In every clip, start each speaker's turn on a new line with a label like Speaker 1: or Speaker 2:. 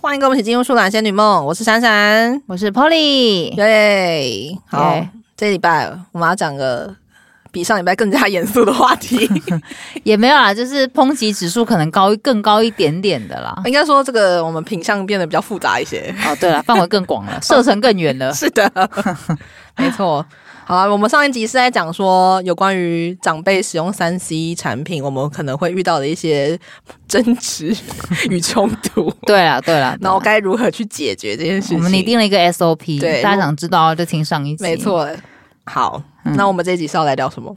Speaker 1: 欢迎跟我们一起进入《树懒仙女梦》，我是闪闪，
Speaker 2: 我是 Polly，
Speaker 1: 耶！好
Speaker 2: 哎耶
Speaker 1: 这礼拜我们要讲个比上礼拜更加严肃的话 题，
Speaker 2: 也没有啦，就是抨击指数可能高更高一点点的啦。
Speaker 1: 应该说这个我们品相变得比较复杂一些。
Speaker 2: 哦，对了，范围更广了， 射程更远了。
Speaker 1: 是的，没错。 好啊，我们上一集是在讲说有关于长辈使用三 C 产品，我们可能会遇到的一些争执 与冲 突，
Speaker 2: 对了，对了，
Speaker 1: 然后该如何去解决这件事情。
Speaker 2: 我们拟定了一个 SOP，
Speaker 1: 对
Speaker 2: 大家想知道就听上一集。
Speaker 1: 没，错。
Speaker 2: 嗯
Speaker 1: 好，那我们这一集是要来聊什么？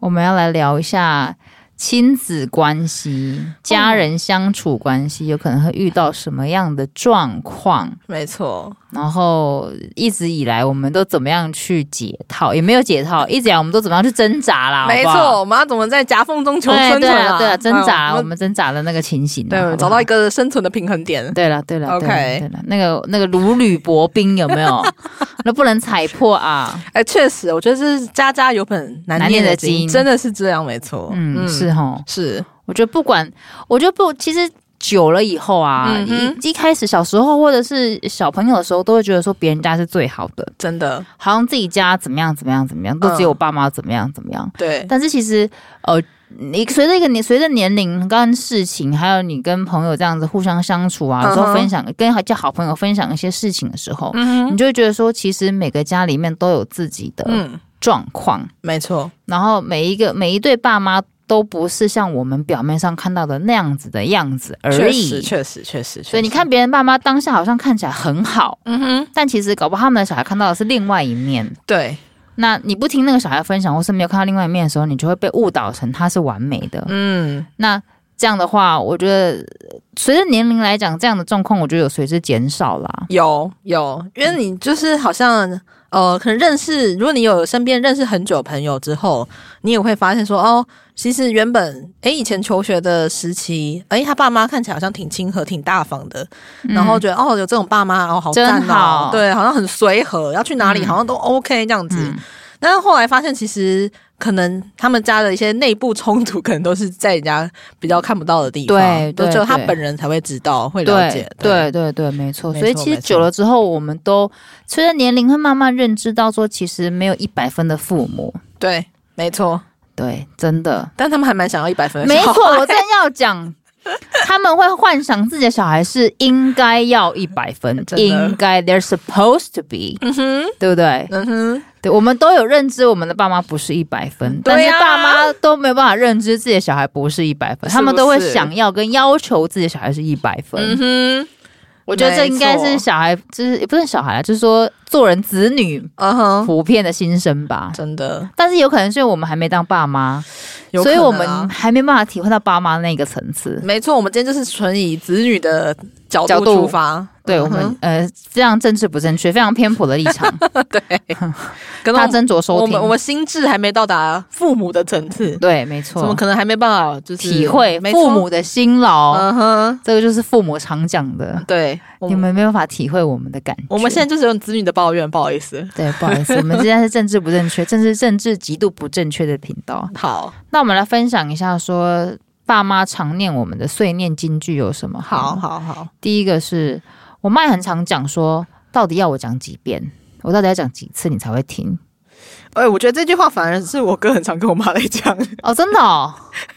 Speaker 2: 我们要来聊一下亲子关系、家人相处关系，有可能会遇到什么样的状况，
Speaker 1: 没错，
Speaker 2: 然后一直以来我们都怎么样去解套，也没有解套，一直以来我们都怎么样去挣扎啦，
Speaker 1: 没
Speaker 2: 好不好
Speaker 1: 错，我们要怎么在夹缝 中求
Speaker 2: 对
Speaker 1: 生
Speaker 2: 对
Speaker 1: 存
Speaker 2: 啊，对啊，挣扎，
Speaker 1: 嗯
Speaker 2: 我们挣扎的那个情形啊，
Speaker 1: 对，我
Speaker 2: 好
Speaker 1: 们
Speaker 2: 不好
Speaker 1: 找到一个生存的平衡点。
Speaker 2: 对了，对了
Speaker 1: OK
Speaker 2: 对了对了，那个那个如履薄冰有没有？ 那不能踩破啊！
Speaker 1: 哎，确实，我觉得是家家有本难
Speaker 2: 难
Speaker 1: 念
Speaker 2: 念
Speaker 1: 的
Speaker 2: 的
Speaker 1: 经，
Speaker 2: 经
Speaker 1: 真的是这样，没错。
Speaker 2: 嗯，是吼，
Speaker 1: 是，
Speaker 2: 我觉得不管，我觉得不，其实久了以后啊，
Speaker 1: 嗯哼
Speaker 2: 一一开始小时候或者是小朋友的时候，都会觉得说别人家是最好的，
Speaker 1: 真的，
Speaker 2: 好像自己家怎么样怎么样怎么样，都只
Speaker 1: 嗯
Speaker 2: 有爸妈怎么样怎么样。
Speaker 1: 对，
Speaker 2: 但是其实，呃，你随着一个你随着年龄跟事情，还有你跟朋友这样子互相相处啊，有时
Speaker 1: 嗯
Speaker 2: 候
Speaker 1: 哼
Speaker 2: 分享跟叫好朋友分享一些事情的时候，
Speaker 1: 嗯
Speaker 2: 你就会觉得说，其实每个家里面都有自己的
Speaker 1: 嗯，
Speaker 2: 状况，
Speaker 1: 没错，
Speaker 2: 然后每一个每一对爸妈都不是像我们表面上看到的那样子的样子而
Speaker 1: 确实，
Speaker 2: 已。
Speaker 1: 确实，确实，
Speaker 2: 所以你
Speaker 1: 确实，
Speaker 2: 看别人爸妈当下好像看起来很好，
Speaker 1: 嗯哼，
Speaker 2: 但其实搞不好他们的小孩看到的是另外一面。
Speaker 1: 对，
Speaker 2: 那你不听那个小孩分享，或是没有看到另外一面的时候，你就会被误导成他是完美的。
Speaker 1: 嗯，
Speaker 2: 那这样的话，我觉得呃随着年龄来讲，这样的状况我觉得有随之减少啦。
Speaker 1: 有有，因为你就是好像。呃，可能认识，如果你有身边认识很久的朋友之后，你也会发现说，哦，其实原本，诶，以前求学的时期，诶，他爸妈看起来好像挺亲和、挺大方的，然后觉得哦，有这种爸妈哦，好
Speaker 2: 嗯真
Speaker 1: 赞哦
Speaker 2: 好，
Speaker 1: 对，好像很随和，要去哪里
Speaker 2: 嗯
Speaker 1: 好像都 OK 这样子。
Speaker 2: 嗯，
Speaker 1: 但是后来发现，其实可能他们家的一些内部冲突，可能都是在人家比较看不到的地方，
Speaker 2: 对
Speaker 1: 都
Speaker 2: 对
Speaker 1: 只有他
Speaker 2: 对
Speaker 1: 本人才会知道、会了
Speaker 2: 对
Speaker 1: 解。
Speaker 2: 嗯对对对，没错。
Speaker 1: 没
Speaker 2: 所以
Speaker 1: 错
Speaker 2: 其实
Speaker 1: 没错
Speaker 2: 久了之后，我们都随着年龄会慢慢认知到，说其实没有一百分的父母。
Speaker 1: 对，没错。
Speaker 2: 对，真的，
Speaker 1: 但他们还蛮想要一百分的
Speaker 2: 没
Speaker 1: 小孩，
Speaker 2: 错。我正要讲，他们会幻想自己的小孩是应该要一百分
Speaker 1: 真，的
Speaker 2: 应该 they're supposed to be，
Speaker 1: 嗯哼，
Speaker 2: 对不对？
Speaker 1: 嗯哼，
Speaker 2: 对，我们都有认知，我们的爸妈不是一百分，但
Speaker 1: 对
Speaker 2: 是
Speaker 1: 啊
Speaker 2: 爸妈都没有办法认知自己的小孩不是一百分，
Speaker 1: 是
Speaker 2: 他们
Speaker 1: 不
Speaker 2: 都会
Speaker 1: 是
Speaker 2: 想要跟要求自己的小孩是一百分。
Speaker 1: 嗯哼，
Speaker 2: 我觉得这应该
Speaker 1: 没
Speaker 2: 是
Speaker 1: 错
Speaker 2: 小孩，就是也不是小孩啊，就是说做人子女
Speaker 1: 嗯哼，
Speaker 2: 普遍的心声吧。
Speaker 1: 真的，
Speaker 2: 但是有可能是因为我们还没当爸妈，
Speaker 1: 有
Speaker 2: 所以
Speaker 1: 可能
Speaker 2: 我
Speaker 1: 啊
Speaker 2: 们还没办法体会到爸妈那个层次。
Speaker 1: 没错，我们今天就是纯以子女的角
Speaker 2: 角
Speaker 1: 度
Speaker 2: 度
Speaker 1: 出发，
Speaker 2: 对
Speaker 1: 嗯
Speaker 2: 我们
Speaker 1: 哼
Speaker 2: 呃非常政治不正确、非常偏颇的立 场，
Speaker 1: 可能
Speaker 2: 他
Speaker 1: 我们
Speaker 2: 斟酌收
Speaker 1: 我
Speaker 2: 听
Speaker 1: 们我。们心智还没到达父母的层次，
Speaker 2: 对，没
Speaker 1: 怎么
Speaker 2: 错，
Speaker 1: 可能还没办法就是
Speaker 2: 体会
Speaker 1: 没错
Speaker 2: 父母的辛劳，
Speaker 1: 嗯哼，
Speaker 2: 这个就是父母常讲的，
Speaker 1: 对，我
Speaker 2: 你们没有办法体会我们的感觉。
Speaker 1: 我们现在就是用子女的抱怨，不好意思。
Speaker 2: 对，不好意思，我们现在是政治不正 确，政治政治极度不正确的频道。
Speaker 1: 好，
Speaker 2: 那我们来分享一下说，爸妈常念我们的碎念金句有什么？
Speaker 1: 好，，好，好，
Speaker 2: 第一个是我妈也很常讲说，到底要我讲几遍，我到底要讲几次你才会听？
Speaker 1: 哎、我觉得这句话反而是我哥很常跟我妈来讲，
Speaker 2: 哦，真的 哦，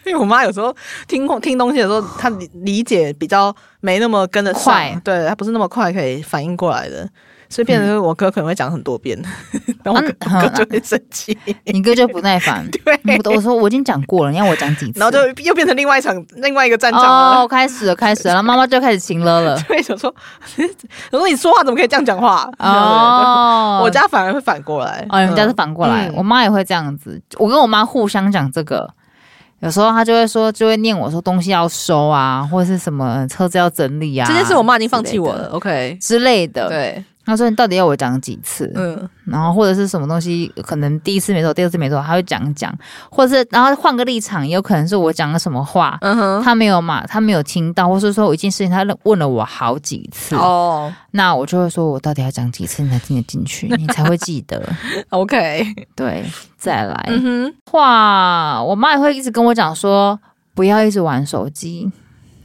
Speaker 1: 因为我妈有时候听听东西的时候，她理理解比较没那么跟得上
Speaker 2: 快
Speaker 1: 对她不是那么快嗯可以反应过来的，所以变成我哥可能会讲很多遍， 然后我哥,、
Speaker 2: 嗯
Speaker 1: 我哥就会生气，。
Speaker 2: 你哥就不耐烦
Speaker 1: 对，
Speaker 2: 我我说我已经讲过了，你要我讲几次？
Speaker 1: 然后就又变成另外一场另外一个战场了。
Speaker 2: 哦，开始了，开始了，然后妈妈就开始情了了。
Speaker 1: 对，想说，我说你说话怎么可以这样讲话？ 哦，
Speaker 2: 哦，
Speaker 1: 我家反而会反过来。
Speaker 2: 哦，你们家是
Speaker 1: 嗯
Speaker 2: 反
Speaker 1: 嗯
Speaker 2: 过来，我妈也会这样子。我跟我妈互相讲这个，有时候她就会说，就会念我说东西要收啊，或者是什么车子要整理啊。
Speaker 1: 这件事我妈已经放弃我
Speaker 2: 之类
Speaker 1: 了
Speaker 2: 的。
Speaker 1: OK，
Speaker 2: 之类的，
Speaker 1: 对，
Speaker 2: 她说你到底要我讲几次？
Speaker 1: 嗯，
Speaker 2: 然后或者是什么东西，可能第一次没做，第二次没做，她会讲讲，或者是然后换个立场，也有可能是我讲了什么话，
Speaker 1: 嗯哼，
Speaker 2: 她没有嘛，她没有听到，或是说有一件事情她问了我好几次，
Speaker 1: 哦
Speaker 2: 那我就会说我到底要讲几次你才听得进去，你才会记 得，
Speaker 1: ，OK，
Speaker 2: 对，再来，
Speaker 1: 嗯哼，
Speaker 2: 话，我妈也会一直跟我讲说，不要一直玩手机。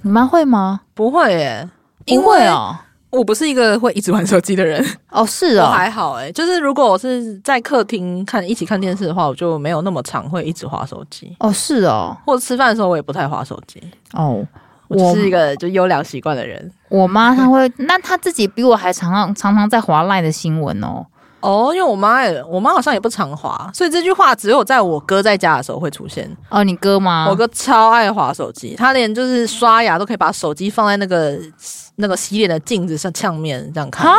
Speaker 2: 你妈会吗？
Speaker 1: 不会耶，因
Speaker 2: 不会
Speaker 1: 为
Speaker 2: 哦，
Speaker 1: 我不是一个会一直玩手机的人，
Speaker 2: 哦是
Speaker 1: 我
Speaker 2: 哦，
Speaker 1: 还好哎、就是如果我是在客厅看一起看电视的话，我就没有那么常会一直划手机，
Speaker 2: 哦是哦，
Speaker 1: 或者吃饭的时候我也不太划手机，
Speaker 2: 哦，
Speaker 1: 我
Speaker 2: 我
Speaker 1: 就是一个就优良习惯的人。
Speaker 2: 我妈她会，那她自己比我还常常常常在划赖的新闻哦。
Speaker 1: 哦，因为我妈也，我妈好像也不常滑，所以这句话只有在我哥在家的时候会出现。
Speaker 2: 哦，你哥吗？
Speaker 1: 我哥超爱滑手机，他连就是刷牙都可以把手机放在那个那个洗脸的镜子上上面这样看
Speaker 2: 哈，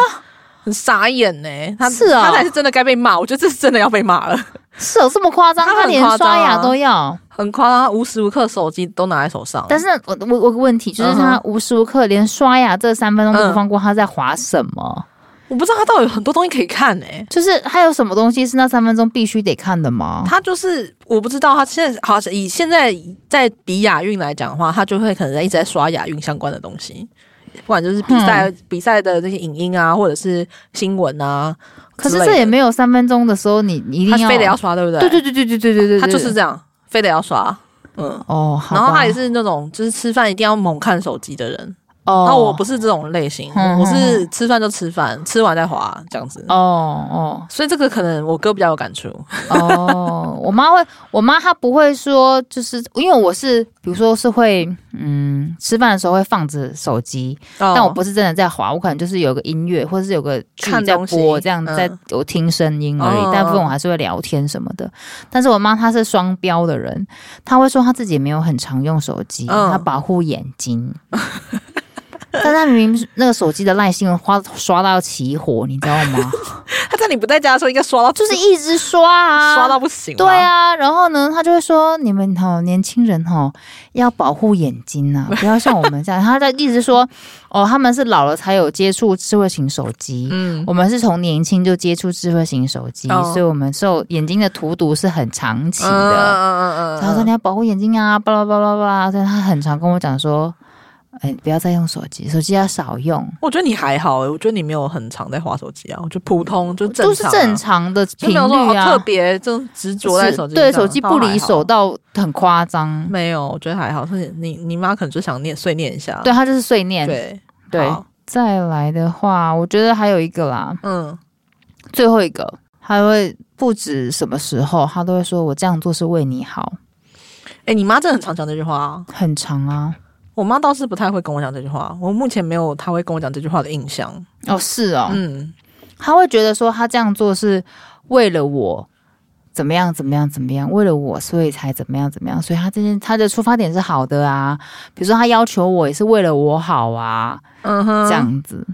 Speaker 1: 很傻眼呢、他
Speaker 2: 是啊
Speaker 1: 他才是哦真的该被骂，我觉得这是真的要被骂了，
Speaker 2: 是哦有这么夸张？
Speaker 1: 她
Speaker 2: 她
Speaker 1: 很
Speaker 2: 连
Speaker 1: 夸张
Speaker 2: 刷
Speaker 1: 啊
Speaker 2: 牙都要。
Speaker 1: 很夸张，他无时无刻手机都拿在手上。
Speaker 2: 但是我我我有个问题就是，她
Speaker 1: 嗯
Speaker 2: 无时无刻连刷牙这三分钟都不
Speaker 1: 嗯
Speaker 2: 放过，她在划什么？
Speaker 1: 我不知道他到底有很多东西可以看欸呢、
Speaker 2: 就是她有什么东西是那三分钟必须得看的吗？
Speaker 1: 他就是我不知道，他现在好像以现在在比亚运来讲的话，他就会可能一直在刷亚运相关的东西，不管就是比赛、
Speaker 2: 嗯
Speaker 1: 比赛的那些影音啊，或者是新闻啊
Speaker 2: 可
Speaker 1: 之
Speaker 2: 是
Speaker 1: 类的。
Speaker 2: 这也没有三分钟的时候，你你一
Speaker 1: 他
Speaker 2: 定要
Speaker 1: 非得要刷，对不对？
Speaker 2: 对对对对对对对对，
Speaker 1: 他就是
Speaker 2: 对
Speaker 1: 这样，非得要刷。嗯，
Speaker 2: 哦，好吧
Speaker 1: 然后他也是那种就是吃饭一定要猛看手机的人，
Speaker 2: 哦，
Speaker 1: 然后我不是这种类型，
Speaker 2: 嗯
Speaker 1: 我是吃饭就吃饭，吃完再滑这样子。
Speaker 2: 哦哦，
Speaker 1: 所以这个可能我哥比较有感触。
Speaker 2: 哦，我妈会，我妈她不会说，就是因为我是，比如说是会，嗯，吃饭的时候会放着手机，
Speaker 1: 但
Speaker 2: 但我不是真的在滑，我可能就是有个音乐，或者是有个
Speaker 1: 哦
Speaker 2: 剧
Speaker 1: 看
Speaker 2: 在
Speaker 1: 东西
Speaker 2: 播，这样
Speaker 1: 嗯
Speaker 2: 在我听声音而
Speaker 1: 哦
Speaker 2: 已。大部分我还是会聊天什么的。但是我妈她是双标的人，她会说她自己没有很常用手机，
Speaker 1: 嗯
Speaker 2: 她保护眼睛。 但她明明那个手机的赖新闻花刷到起火，你知道 吗？
Speaker 1: 他在你不在家的时候应该刷到
Speaker 2: 就是一直刷啊，
Speaker 1: 刷到不行。
Speaker 2: 对，啊，然后呢，他就会说：“你们哈、年轻人哈、要保护眼 睛啊，不要像我们这样。”他在一直说：“哦，他们是老了才有接触智慧型手机，
Speaker 1: 嗯，
Speaker 2: 我们是从年轻就接触智慧型手机，
Speaker 1: 哦
Speaker 2: 所以我们受眼睛的荼毒是很长期的。
Speaker 1: 嗯
Speaker 2: 然后说你要保护眼睛啊，巴拉巴拉巴拉。所以他很常跟我讲说：“哎，不要再用手机，手机要少用。”
Speaker 1: 我觉得你还好、欸，我觉得你没有很常在划手机啊，我觉得普通就正
Speaker 2: 都是
Speaker 1: 常、啊，
Speaker 2: 正常的
Speaker 1: 就
Speaker 2: 频
Speaker 1: 没有说
Speaker 2: 率
Speaker 1: 好
Speaker 2: 啊，
Speaker 1: 特别这种执着在嗯
Speaker 2: 是
Speaker 1: 手机上，
Speaker 2: 对手机不离手
Speaker 1: 倒
Speaker 2: 到很夸张
Speaker 1: 还好。没有，我觉得还好。所以你你妈可能就想念碎念一下，
Speaker 2: 对，他就是碎念。
Speaker 1: 对
Speaker 2: 对
Speaker 1: 好
Speaker 2: 再来的话，我觉得还有一个啦，
Speaker 1: 嗯，
Speaker 2: 最后一个，他会不止什么时候，他都会说我这样做是为你好，
Speaker 1: 哎、你妈真的很常讲这句话啊。
Speaker 2: 很长啊。
Speaker 1: 我妈倒是不太会跟我讲这句话，我目前没有她会跟我讲这句话的印象。
Speaker 2: 哦，是哦，
Speaker 1: 嗯，
Speaker 2: 他会觉得说他这样做是为了我。怎么样？怎么样？怎么样？为了我，所以才怎么样？怎么样？所以他这件他的出发点是好的啊。比如说，他要求我也是为了我好啊，
Speaker 1: 嗯哼
Speaker 2: 这样子。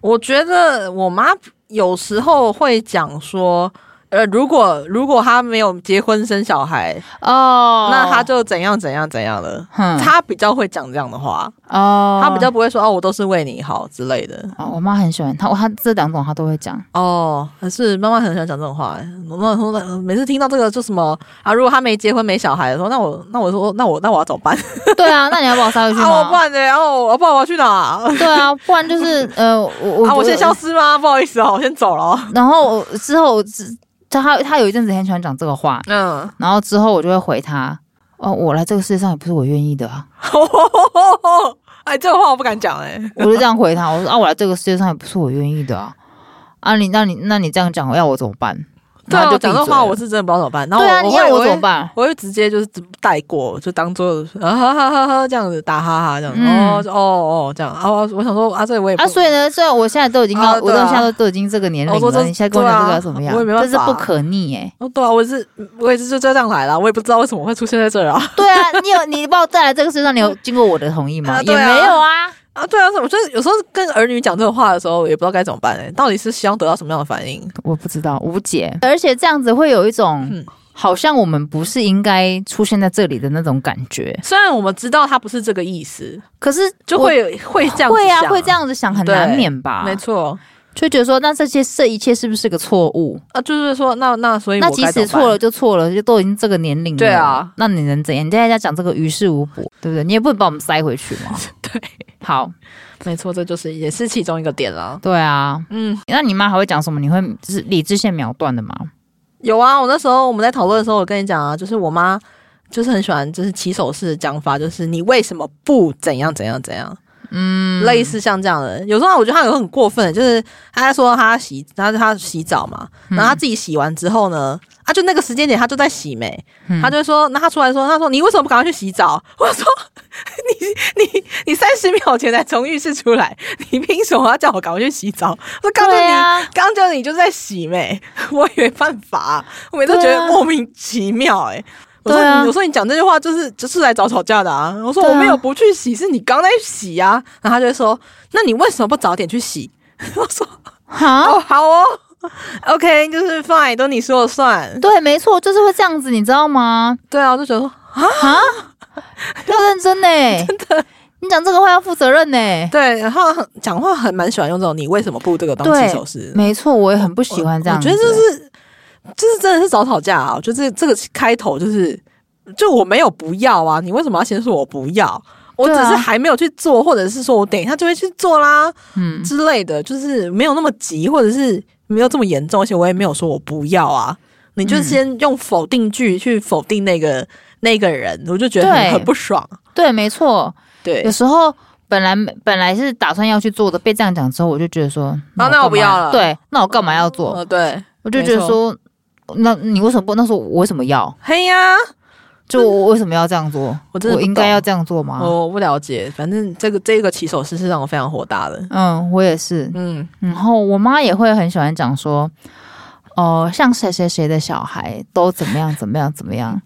Speaker 1: 我觉得我妈有时候会讲说，呃，如果如果她没有结婚生小孩，
Speaker 2: 哦，
Speaker 1: 那她就怎样怎样怎样了。
Speaker 2: 哼
Speaker 1: 她比较会讲这样的话，
Speaker 2: 哦，
Speaker 1: 她比较不会嗯说哦，我都是为你好之类的。
Speaker 2: 哦，我妈很喜欢他，他这两种他都会讲。
Speaker 1: 哦，可是妈妈很喜欢讲这种话、欸。我妈说，呃每次听到这个就什么啊，如果她没结婚没小孩的时候，那我那我说那我那我要怎么 办？
Speaker 2: 对啊，那你要把我杀回去吗？
Speaker 1: 啊，我不然呢？然后我不然我要去哪？
Speaker 2: 对啊，不 然就是呃，我我、
Speaker 1: 啊，我先消。失吗？不好意思啊，我先走了哦。
Speaker 2: 然后我之后我之他他有一阵子很喜欢讲这个话，
Speaker 1: 嗯，
Speaker 2: 然后之后我就会回他，哦，我来这个世界上也不是我愿意的啊，
Speaker 1: 哎，这个话我不敢讲哎、
Speaker 2: 我就这样回他，我说啊，我来这个世界上也不是我愿意的啊，啊你那你那你这样讲，要我怎么办？
Speaker 1: 对
Speaker 2: 然
Speaker 1: 啊，我
Speaker 2: 后就
Speaker 1: 讲
Speaker 2: 闭
Speaker 1: 这
Speaker 2: 嘴
Speaker 1: 话
Speaker 2: 了
Speaker 1: 我是真的不知道怎么办。然后
Speaker 2: 对
Speaker 1: 我
Speaker 2: 啊，
Speaker 1: 我
Speaker 2: 你
Speaker 1: 会
Speaker 2: 要我
Speaker 1: 会
Speaker 2: 怎么办？
Speaker 1: 我会直接就是带过，就当做啊哈哈哈哈这样子打哈哈这样，
Speaker 2: 嗯
Speaker 1: 哦哦哦这样啊，我我想说啊，这我也不
Speaker 2: 啊，所以呢，这我现在都已经到，
Speaker 1: 啊
Speaker 2: 我
Speaker 1: 对
Speaker 2: 到
Speaker 1: 啊
Speaker 2: 现在都都已经这个年龄
Speaker 1: 我说
Speaker 2: 了，
Speaker 1: 这
Speaker 2: 你现在跟我讲这个要怎么
Speaker 1: 对啊
Speaker 2: 样？
Speaker 1: 我也没办
Speaker 2: 这是
Speaker 1: 法
Speaker 2: 不可逆哎、
Speaker 1: 哦对啊，我也是我也是就这样来了，我也不知道为什么会出现在这儿啊
Speaker 2: 对啊，你有你把我带来这个世界上，你有经过我的同意吗？
Speaker 1: 啊
Speaker 2: 也
Speaker 1: 对啊
Speaker 2: 没有啊。
Speaker 1: 啊对啊，我就是有时候跟儿女讲这种话的时候，也不知道该怎么办哎、到底是希望得到什么样的反应？
Speaker 2: 我不知道，无解。而且这样子会有一种、
Speaker 1: 嗯
Speaker 2: 好像我们不是应该出现在这里的那种感觉，
Speaker 1: 虽然我们知道他不是这个意思，
Speaker 2: 可是
Speaker 1: 就
Speaker 2: 我
Speaker 1: 会有会这样子
Speaker 2: 会啊，
Speaker 1: 想
Speaker 2: 会这、样子想，很难
Speaker 1: 对
Speaker 2: 免吧？
Speaker 1: 没，错
Speaker 2: 就觉得说，那这些这一切是不是个错误？
Speaker 1: 啊，就是说那那所以
Speaker 2: 那
Speaker 1: 我
Speaker 2: 即
Speaker 1: 该怎
Speaker 2: 使
Speaker 1: 么办
Speaker 2: 错了就错了，就都已经这个年龄了，
Speaker 1: 对啊，
Speaker 2: 那你能怎样？你在家讲这个于事无补，对不对？你也不能把我们塞回去嘛。
Speaker 1: 对，
Speaker 2: 好，
Speaker 1: 没错，这就是也是其中一个点啦。
Speaker 2: 对啊，
Speaker 1: 嗯，
Speaker 2: 那你妈还会讲什么？你会就是理智线秒断的吗？
Speaker 1: 有啊，我那时候我们在讨论的时候，我跟你讲啊，就是我妈就是很喜欢就是起手式的讲法，就是你为什么不怎样怎样怎样？嗯，类似像这样的人，有时候我觉得他有很过分，就是他说他洗，然后他洗澡嘛，
Speaker 2: 嗯
Speaker 1: 然后他自己洗完之后呢，啊，就那个时间点他就在洗没，
Speaker 2: 嗯
Speaker 1: 他就会说，那他出来说，他说你为什么不赶快去洗澡？我说 你你你三十秒前才从浴室出来，你凭什么要叫我赶快去洗澡？我告诉
Speaker 2: 对
Speaker 1: 你，
Speaker 2: 啊
Speaker 1: 刚叫你就在洗没， 我也没办法、我每次都觉
Speaker 2: 对
Speaker 1: 得
Speaker 2: 啊
Speaker 1: 莫名其妙哎、我说
Speaker 2: 对啊
Speaker 1: 你，我说你讲这句话就是就是来找吵架的啊！我说
Speaker 2: 对啊
Speaker 1: 我没有不去洗，是你刚在洗啊。然后他就会说，那你为什么不早点去洗？我说
Speaker 2: 哈，
Speaker 1: 哦，好哦，OK，就是 fine，都你说了算。
Speaker 2: 对，没错，就是会这样子，你知道吗？
Speaker 1: 对啊，我就觉得说，
Speaker 2: 啊，要认真欸呢、 真的，你讲这个话要负责任呢、
Speaker 1: 对，然后很讲话很蛮喜欢用这种你为什么不这个当起手势，
Speaker 2: 没错，我也很不嗯喜欢这样
Speaker 1: 我
Speaker 2: 子
Speaker 1: 觉得这是就是真的是找吵架啊！我觉得这这个开头就是就我没有不要啊，你为什么要先说我不要？我只
Speaker 2: 对啊
Speaker 1: 是还没有去做，或者是说我等一下就会去做啦。
Speaker 2: 嗯，
Speaker 1: 之类的，就是没有那么急，或者是没有这么严重，而且我也没有说我不要啊。你
Speaker 2: 嗯
Speaker 1: 就先用否定句去否定那个那个人，我就觉得很
Speaker 2: 对
Speaker 1: 很不爽。
Speaker 2: 对，没错，
Speaker 1: 对
Speaker 2: 有，时候。本来本来是打算要去做的，被这样讲之后，我就觉得说，
Speaker 1: 啊那我
Speaker 2: 干嘛
Speaker 1: 不要了
Speaker 2: 对，那我干嘛要做？
Speaker 1: 呃，对，
Speaker 2: 我就觉得说，那你为什么不？那时候我为什么要？
Speaker 1: 嘿呀，
Speaker 2: 就我为什么要这样做？
Speaker 1: 我真的不哦
Speaker 2: 应该要这样做吗？
Speaker 1: 我不了解，反正这个这个起手式是让我非常火大的。
Speaker 2: 嗯，我也是。
Speaker 1: 嗯，
Speaker 2: 然后我妈也会很喜欢讲说，哦、像谁谁谁的小孩都怎么样怎么样怎么样，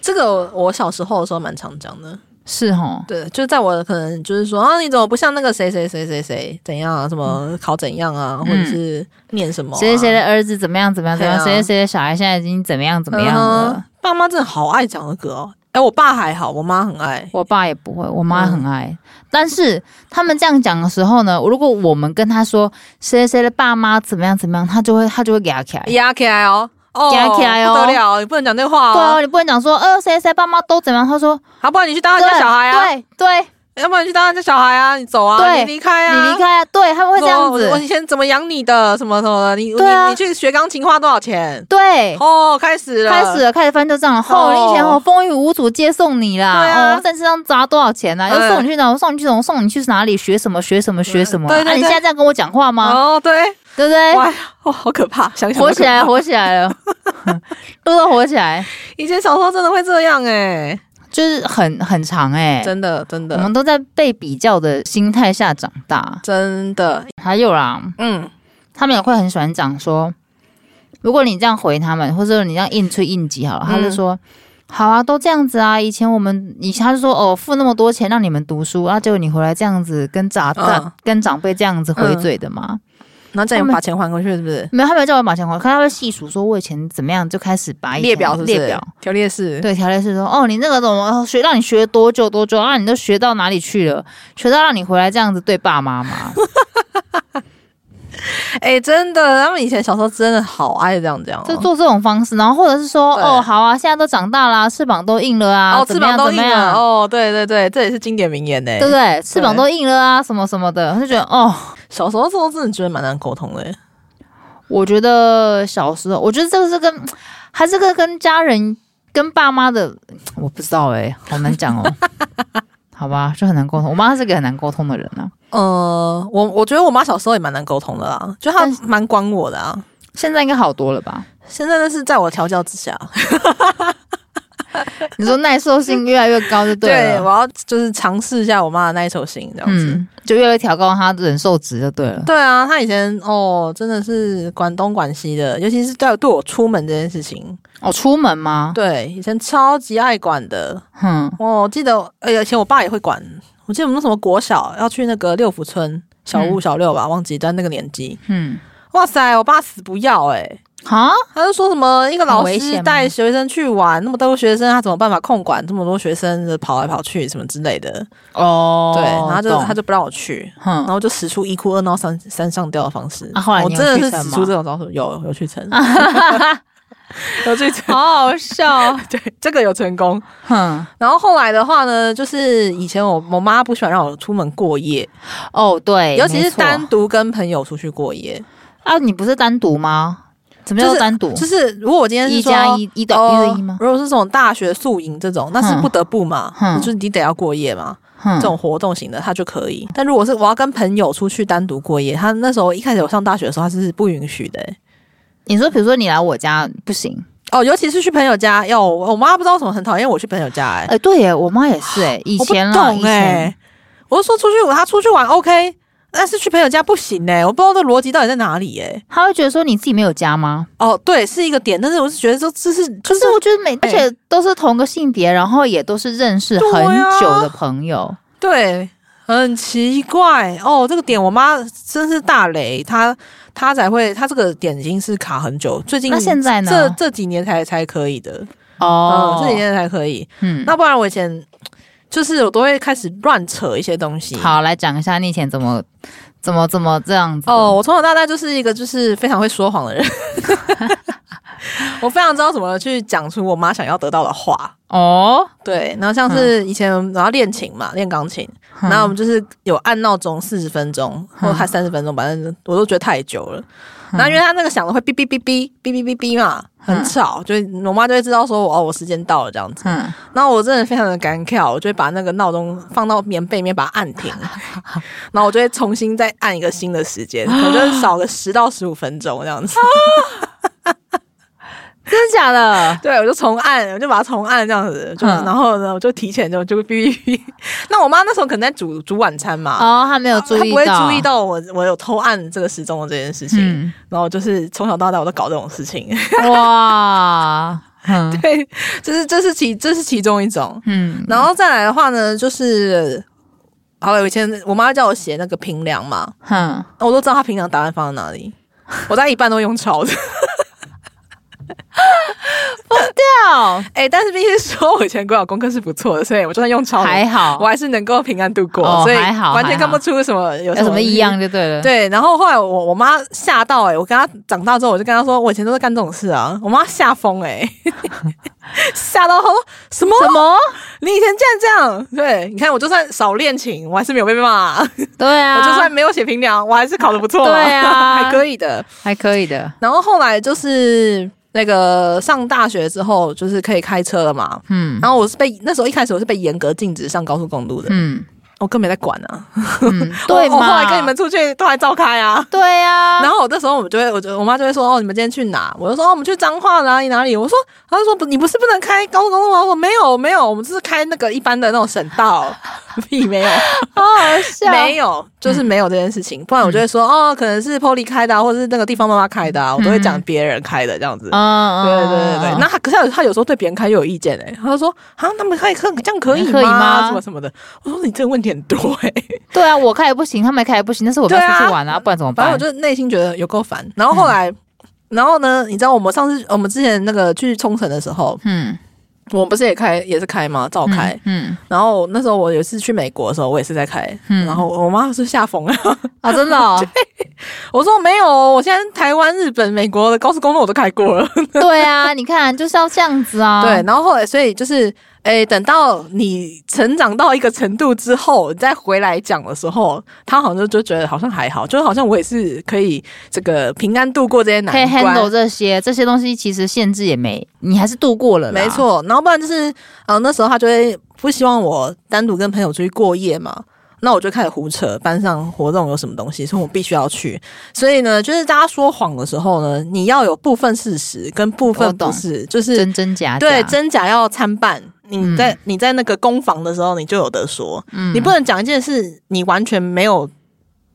Speaker 1: 这个我我小时候的时候蛮常讲的，
Speaker 2: 是吼，
Speaker 1: 对，就在我可能就是说啊，你怎么不像那个谁谁谁谁谁怎样啊，什么考怎样啊，或者是念什么、啊，
Speaker 2: 嗯谁谁谁的儿子怎么样怎么样怎么
Speaker 1: 对
Speaker 2: 样，谁
Speaker 1: 啊
Speaker 2: 谁谁的小孩现在已经怎么样怎么样
Speaker 1: 嗯
Speaker 2: 了
Speaker 1: 哼。爸妈真的好爱讲这个哦。哎、我爸还好，我妈很爱。
Speaker 2: 我爸也不会，我妈
Speaker 1: 嗯
Speaker 2: 很爱。但是他们这样讲的时候呢，如果我们跟他说谁谁谁的爸妈怎么样怎么样，他就会他就会给他起来。
Speaker 1: 压起来哦，哦，
Speaker 2: 压起来哦
Speaker 1: 不得了哦，你不能讲这话
Speaker 2: 对啊，
Speaker 1: 哦，
Speaker 2: 你不能讲说呃谁谁爸妈都怎么样，他说
Speaker 1: 要不然你去当人家小孩啊，
Speaker 2: 对对，
Speaker 1: 要不然你去当人家小孩啊，你走啊，
Speaker 2: 对
Speaker 1: 你离开啊，哦
Speaker 2: 你离开啊，对，他们会这样
Speaker 1: 说我我
Speaker 2: 子，
Speaker 1: 以前怎么养你的，什么什么的，你、
Speaker 2: 对啊
Speaker 1: 你你去学钢琴花多少钱？
Speaker 2: 对，
Speaker 1: 哦，开始了，
Speaker 2: 开始了，开始翻旧账了。吼，你以前哦风雨无阻接送你啦，
Speaker 1: 对啊
Speaker 2: 哦，在身上砸多少钱呢？
Speaker 1: 嗯
Speaker 2: 又送你去哪？我送你去什么？送你去哪里？学什么？学什么？学什么啊？
Speaker 1: 对对
Speaker 2: 啊你
Speaker 1: 对
Speaker 2: 现在这样跟我讲话吗？
Speaker 1: 哦，对，
Speaker 2: 对不对？
Speaker 1: 哇，哇，好可怕，想想
Speaker 2: 火
Speaker 1: 都
Speaker 2: 起
Speaker 1: 可
Speaker 2: 来，
Speaker 1: 怕
Speaker 2: 火起来 了，都都火起来，
Speaker 1: 以前小时候真的会这样哎、
Speaker 2: 就是很很长哎。
Speaker 1: 真的真
Speaker 2: 我
Speaker 1: 的
Speaker 2: 们都在被比较的心态下长大。
Speaker 1: 真的，
Speaker 2: 还有啦，
Speaker 1: 嗯，
Speaker 2: 他们也会很喜欢讲说，如果你这样回他们，或者你这样硬吹硬挤好了，
Speaker 1: 嗯
Speaker 2: 他就说。好啊，都这样子啊！以前我们，以前他就说哦，付那么多钱让你们读书，啊，结果你回来这样子跟长长、
Speaker 1: 嗯
Speaker 2: 跟长辈这样子回嘴的嘛？
Speaker 1: 然后这
Speaker 2: 他
Speaker 1: 样
Speaker 2: 们
Speaker 1: 把钱还回去是不是？
Speaker 2: 没有，他没有叫我把钱还，可是他会细数说我以前怎么样，就开始把以前
Speaker 1: 列表是不是？
Speaker 2: 列表
Speaker 1: 条列式，
Speaker 2: 对条列式说哦，你那个怎么学让你学多久多久啊？你都学到哪里去了？学到让你回来这样子对爸妈吗？
Speaker 1: 哎、真的，他们以前小时候真的好爱这样讲、哦，
Speaker 2: 就做这种方式，然后或者是说，
Speaker 1: 对
Speaker 2: 哦，好啊，现在都长大啦、翅膀都硬了啊，
Speaker 1: 哦，
Speaker 2: 怎
Speaker 1: 翅
Speaker 2: 么
Speaker 1: 膀
Speaker 2: 样
Speaker 1: 都
Speaker 2: 怎
Speaker 1: 硬
Speaker 2: 么样，
Speaker 1: 了，哦，对对对，这也是经典名言呢。
Speaker 2: 对不对？翅膀都硬了啊，什么什么的，他就觉得哦，
Speaker 1: 小时候这种真的觉得蛮难沟通的，欸
Speaker 2: 嗯我觉得小时候，我觉得这个是跟还是跟跟家人、跟爸妈的，我不知道哎、好难讲哦。 好吧，就很难沟通。我妈是个很难沟通的人啊。
Speaker 1: 呃，我我觉得我妈小时候也蛮难沟通的啦，就她
Speaker 2: 但
Speaker 1: 蛮管我的啊。
Speaker 2: 现在应该好多了吧？
Speaker 1: 现在那是在我调教之下，
Speaker 2: 你说耐受性越来越高就对了，
Speaker 1: 我要就是尝试一下我妈的耐受性这样子。
Speaker 2: 嗯，就越来越调高她的忍受值就对了。
Speaker 1: 对啊，她以前哦，真的是管东管西的，尤其是对对我出门这件事情，
Speaker 2: 哦，出门吗？
Speaker 1: 对以前超级爱管的，
Speaker 2: 哼、
Speaker 1: 哦，我记得，呃，以前我爸也会管。我记得我们什么国小要去那个六福村，小五、小六吧，忘记，但那个年纪，
Speaker 2: 嗯，
Speaker 1: 哇塞，我爸死不要哎、
Speaker 2: 哈，
Speaker 1: 他就说什么一个老
Speaker 2: 很危险
Speaker 1: 师
Speaker 2: 吗
Speaker 1: 带学生去玩，那么多学生，他怎么办法控管这么多学生的跑来跑去什么之类的？
Speaker 2: 哦
Speaker 1: 对，然后他就
Speaker 2: 懂
Speaker 1: 他就不让我去，
Speaker 2: 哼
Speaker 1: 然后就使出一哭二闹三三上吊的方式。
Speaker 2: 啊后来
Speaker 1: 我
Speaker 2: 你有
Speaker 1: 真的
Speaker 2: 去
Speaker 1: 是
Speaker 2: 成
Speaker 1: 使
Speaker 2: 吗
Speaker 1: 出这种招数，有有去成， 有去成，
Speaker 2: 好好笑，
Speaker 1: 对，这个有成功。
Speaker 2: 哼，
Speaker 1: 然后后来的话呢，就是以前我我妈不喜欢让我出门过夜，
Speaker 2: 哦，对，
Speaker 1: 尤其是
Speaker 2: 没错
Speaker 1: 单独跟朋友出去过夜，
Speaker 2: 啊，你不是单独吗？怎么叫
Speaker 1: 就
Speaker 2: 做
Speaker 1: 是
Speaker 2: 单独？
Speaker 1: 就是如果我今天是
Speaker 2: 一
Speaker 1: 说
Speaker 2: 加一，一等于一
Speaker 1: 哦
Speaker 2: 对一吗？
Speaker 1: 如果是这种大学宿营这种，那是
Speaker 2: 哼
Speaker 1: 不得不嘛，
Speaker 2: 哼
Speaker 1: 就是你得要过夜嘛。
Speaker 2: 哼
Speaker 1: 这种活动型的，他就可以。但如果是我要跟朋友出去单独过夜，他那时候一开始我上大学的时候，他是不允许的、欸
Speaker 2: 你说，比如说你来我家不行，
Speaker 1: 哦，尤其是去朋友家，要我我妈不知道为什么很讨厌我去朋友家、欸，哎、
Speaker 2: 哎、对耶，我妈也是哎，以
Speaker 1: 我不
Speaker 2: 前啦，以
Speaker 1: 懂哎、
Speaker 2: 前
Speaker 1: 我就说出去，她出去玩 OK，但是去朋友家不行哎、我不知道这逻辑到底在哪里哎、
Speaker 2: 她会觉得说你自己没有家吗？
Speaker 1: 哦，对，是一个点，但是我是觉得说这是就
Speaker 2: 可
Speaker 1: 是
Speaker 2: 我觉得每，而
Speaker 1: 哎
Speaker 2: 且都是同个性别，然后也都是认识
Speaker 1: 对
Speaker 2: 很
Speaker 1: 啊
Speaker 2: 久的朋友，
Speaker 1: 对，很奇怪哦。这个点我妈真是大雷，她她才会，她这个点已经是卡很久，最近
Speaker 2: 那现在呢
Speaker 1: 这这几年才才可以的，
Speaker 2: 哦
Speaker 1: 嗯，这几年才可以。
Speaker 2: 嗯，
Speaker 1: 那不然我以前就是我都会开始乱扯一些东西。
Speaker 2: 好，来讲一下你以前怎么怎么怎么这样子
Speaker 1: 哦，，我从小到大就是一个就是非常会说谎的 人，我非常知道怎么去讲出我妈想要得到的话。
Speaker 2: 哦，
Speaker 1: 对，然后像是以前我要练琴嘛，练钢琴，
Speaker 2: 嗯
Speaker 1: 然后我们就是有按闹钟四十分钟，或者还三十分钟，反正我都觉得太久了。
Speaker 2: 嗯
Speaker 1: 然后因为他那个响的会哔哔哔哔哔哔哔哔嘛，很吵，就是我妈就会知道说我哦我时间到了这样子。
Speaker 2: 嗯，
Speaker 1: 然后我真的非常的干跳，我就会把那个闹钟放到棉被里面把它按 停，然后我就会重新再按一个新的时 间，可能就是少个十到十五分钟这样子。
Speaker 2: 真的假的？
Speaker 1: 对，我就重按，我就把它重按这样子，就、
Speaker 2: 嗯
Speaker 1: 然后呢，我就提前就就哔哔哔。那我妈那时候可能在煮煮晚餐嘛，
Speaker 2: 哦，她没有注
Speaker 1: 她
Speaker 2: 意
Speaker 1: 不
Speaker 2: 到，
Speaker 1: 会注意到我我有偷按这个时钟的这件事情。
Speaker 2: 嗯，
Speaker 1: 然后就是从小到大我都搞这种事情，
Speaker 2: 哇，嗯
Speaker 1: 对，这是这是其这是其中一种。
Speaker 2: 嗯，
Speaker 1: 然后再来的话呢，就是好了，以前我妈叫我写那个平量嘛，
Speaker 2: 哼，
Speaker 1: 我都知道她平量答案放在哪里，我在一半都用抄的。
Speaker 2: 掉
Speaker 1: 哎、但是必须说，我以前国小功课是不错的，所以我就算用抄的，
Speaker 2: 还好
Speaker 1: 我，还是能够平安度过，
Speaker 2: 哦
Speaker 1: 所以
Speaker 2: 还好
Speaker 1: 完
Speaker 2: 还
Speaker 1: 全
Speaker 2: 好
Speaker 1: 看不出什么有
Speaker 2: 有什么异样。就对了，，
Speaker 1: 对，然后后来我我妈吓到哎、欸，我跟她长大之后，我就跟她说，我以前都在干这种事啊，我妈吓疯哎， 吓到她说什么？
Speaker 2: 什么？
Speaker 1: 你以前竟然这样？对，你看我就算少练琴，我还是没有被骂，
Speaker 2: 对啊，
Speaker 1: 我就算没有写评量，我还是考得不错，
Speaker 2: 对啊
Speaker 1: 还可以的。
Speaker 2: 还可以的，
Speaker 1: 然后后来就是那个上大学之后，就是可以开车了嘛，
Speaker 2: 嗯
Speaker 1: 然后我是被那时候一开始我是被严格禁止上高速公路的，
Speaker 2: 嗯
Speaker 1: 我根本没在管啊。
Speaker 2: 嗯，对
Speaker 1: 我我后来
Speaker 2: 嘛
Speaker 1: 跟你们出去都还照开啊。
Speaker 2: 对啊，
Speaker 1: 然后我那时候我们就会，我就我妈就会说，哦，你们今天去哪？我就说，哦，我们去彰化哪里哪里。我说，她就说不，你不是不能开高速公路吗？我说没有没有，我们只是开那个一般的那种省道， 屁没有
Speaker 2: 好好笑，
Speaker 1: 没有，
Speaker 2: 嗯
Speaker 1: 就是没有这件事情。不然我就会说，哦，可能是 Polly 开的、啊，或者是那个地方妈妈开的啊，我都会讲别人开的这样子。
Speaker 2: 嗯，嗯，
Speaker 1: 对对对对，
Speaker 2: 嗯
Speaker 1: 那他可是他有他有时候对别人开又有意见哎、欸，他就说啊，那么开可这样可以吗？
Speaker 2: 可以吗
Speaker 1: 什么什么的，我说你这个问题很多 哎、
Speaker 2: 对啊，我开也不行，他们开也不行，但是我们要
Speaker 1: 对啊
Speaker 2: 出去玩啊，不然怎么
Speaker 1: 反正我
Speaker 2: 办？
Speaker 1: 就内心觉得有够烦。然后后
Speaker 2: 嗯
Speaker 1: 来，然后呢，你知道我们上次我们之前那个去冲绳的时候，
Speaker 2: 嗯，
Speaker 1: 我们不是也开也是开吗？照开。
Speaker 2: 嗯，
Speaker 1: 然后那时候我有一次去美国的时候，我也是在开，
Speaker 2: 嗯
Speaker 1: 然后我妈是吓疯了。
Speaker 2: 嗯啊，真 的哦，
Speaker 1: 我说没有，我现在台湾、日本、美国的高速公路我都开过了。
Speaker 2: 对啊，你看就是要这样子啊，
Speaker 1: 对，，然后后来所以就是，哎，等到你成长到一个程度之后，你再回来讲的时候，他好像就就觉得好像还好，就好像我也是可以这个平安度过这些难
Speaker 2: 可以
Speaker 1: 关。
Speaker 2: handle 这些这些东西，其实限制也没，你还是度过了，
Speaker 1: 没，错，然后不然就是，呃，那时候他就会不希望我单独跟朋友出去过夜嘛，那我就开始胡扯，班上活动有什么东西，所以我必须要去。所以呢，就是大家说谎的时候呢，你要有部分事实跟部
Speaker 2: 我
Speaker 1: 分
Speaker 2: 懂
Speaker 1: 不是，就是
Speaker 2: 真真假假，
Speaker 1: 对真假要参半。你在、你在那个攻防的时候，你就有得说，
Speaker 2: 嗯
Speaker 1: 你不能讲一件事你完全没有。